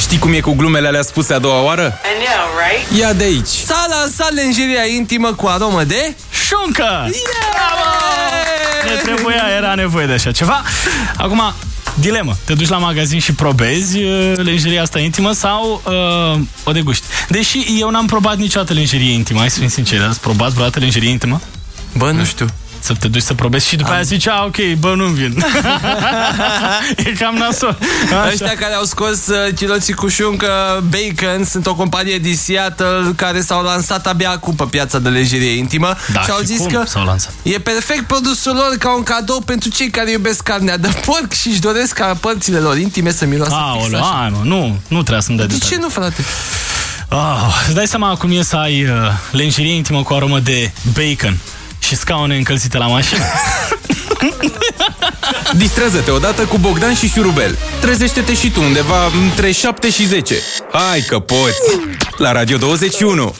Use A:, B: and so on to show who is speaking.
A: Știi cum e cu glumele alea spuse a doua oară?
B: I know, right?
A: Ia de aici!
C: S-a lansat lenjeria intimă cu aromă de...
D: Șuncă!
C: Yeah!
D: Ne trebuia, era nevoie de așa ceva. Acum, dilemă. Te duci la magazin și probezi uh, lingerie asta intimă sau uh, o deguști. Deși eu n-am probat niciodată lingerie intimă, hai să fim sinceri. Ați probat vreodată lingerie intimă?
C: Bă, nu știu.
D: Să te duci să probezi și după Am. aia zici, a, ok, bă, nu-mi vin. e cam nasol. Așa.
C: Ăștia care au scos uh, chiloții cu șuncă Bacon sunt o companie din Seattle care s-au lansat abia acum pe piața de lejerie intimă
D: Da,
C: și au
D: și
C: zis
D: cum
C: că
D: s-au lansat?
C: e perfect produsul lor ca un cadou pentru cei care iubesc carnea de porc și își doresc ca părțile lor intime să miroasă fix
D: Aoleu,
C: așa.
D: hai, mă, nu, nu trebuie să-mi dai
C: De
D: detalii.
C: ce nu, frate?
D: Oh, îți dai seama cum e să ai uh, lenjerie intimă cu aromă de bacon și scaune încălzite la mașină.
A: Distrează-te odată cu Bogdan și Șurubel. Trezește-te și tu undeva între 7 și 10. Hai că poți! La Radio 21!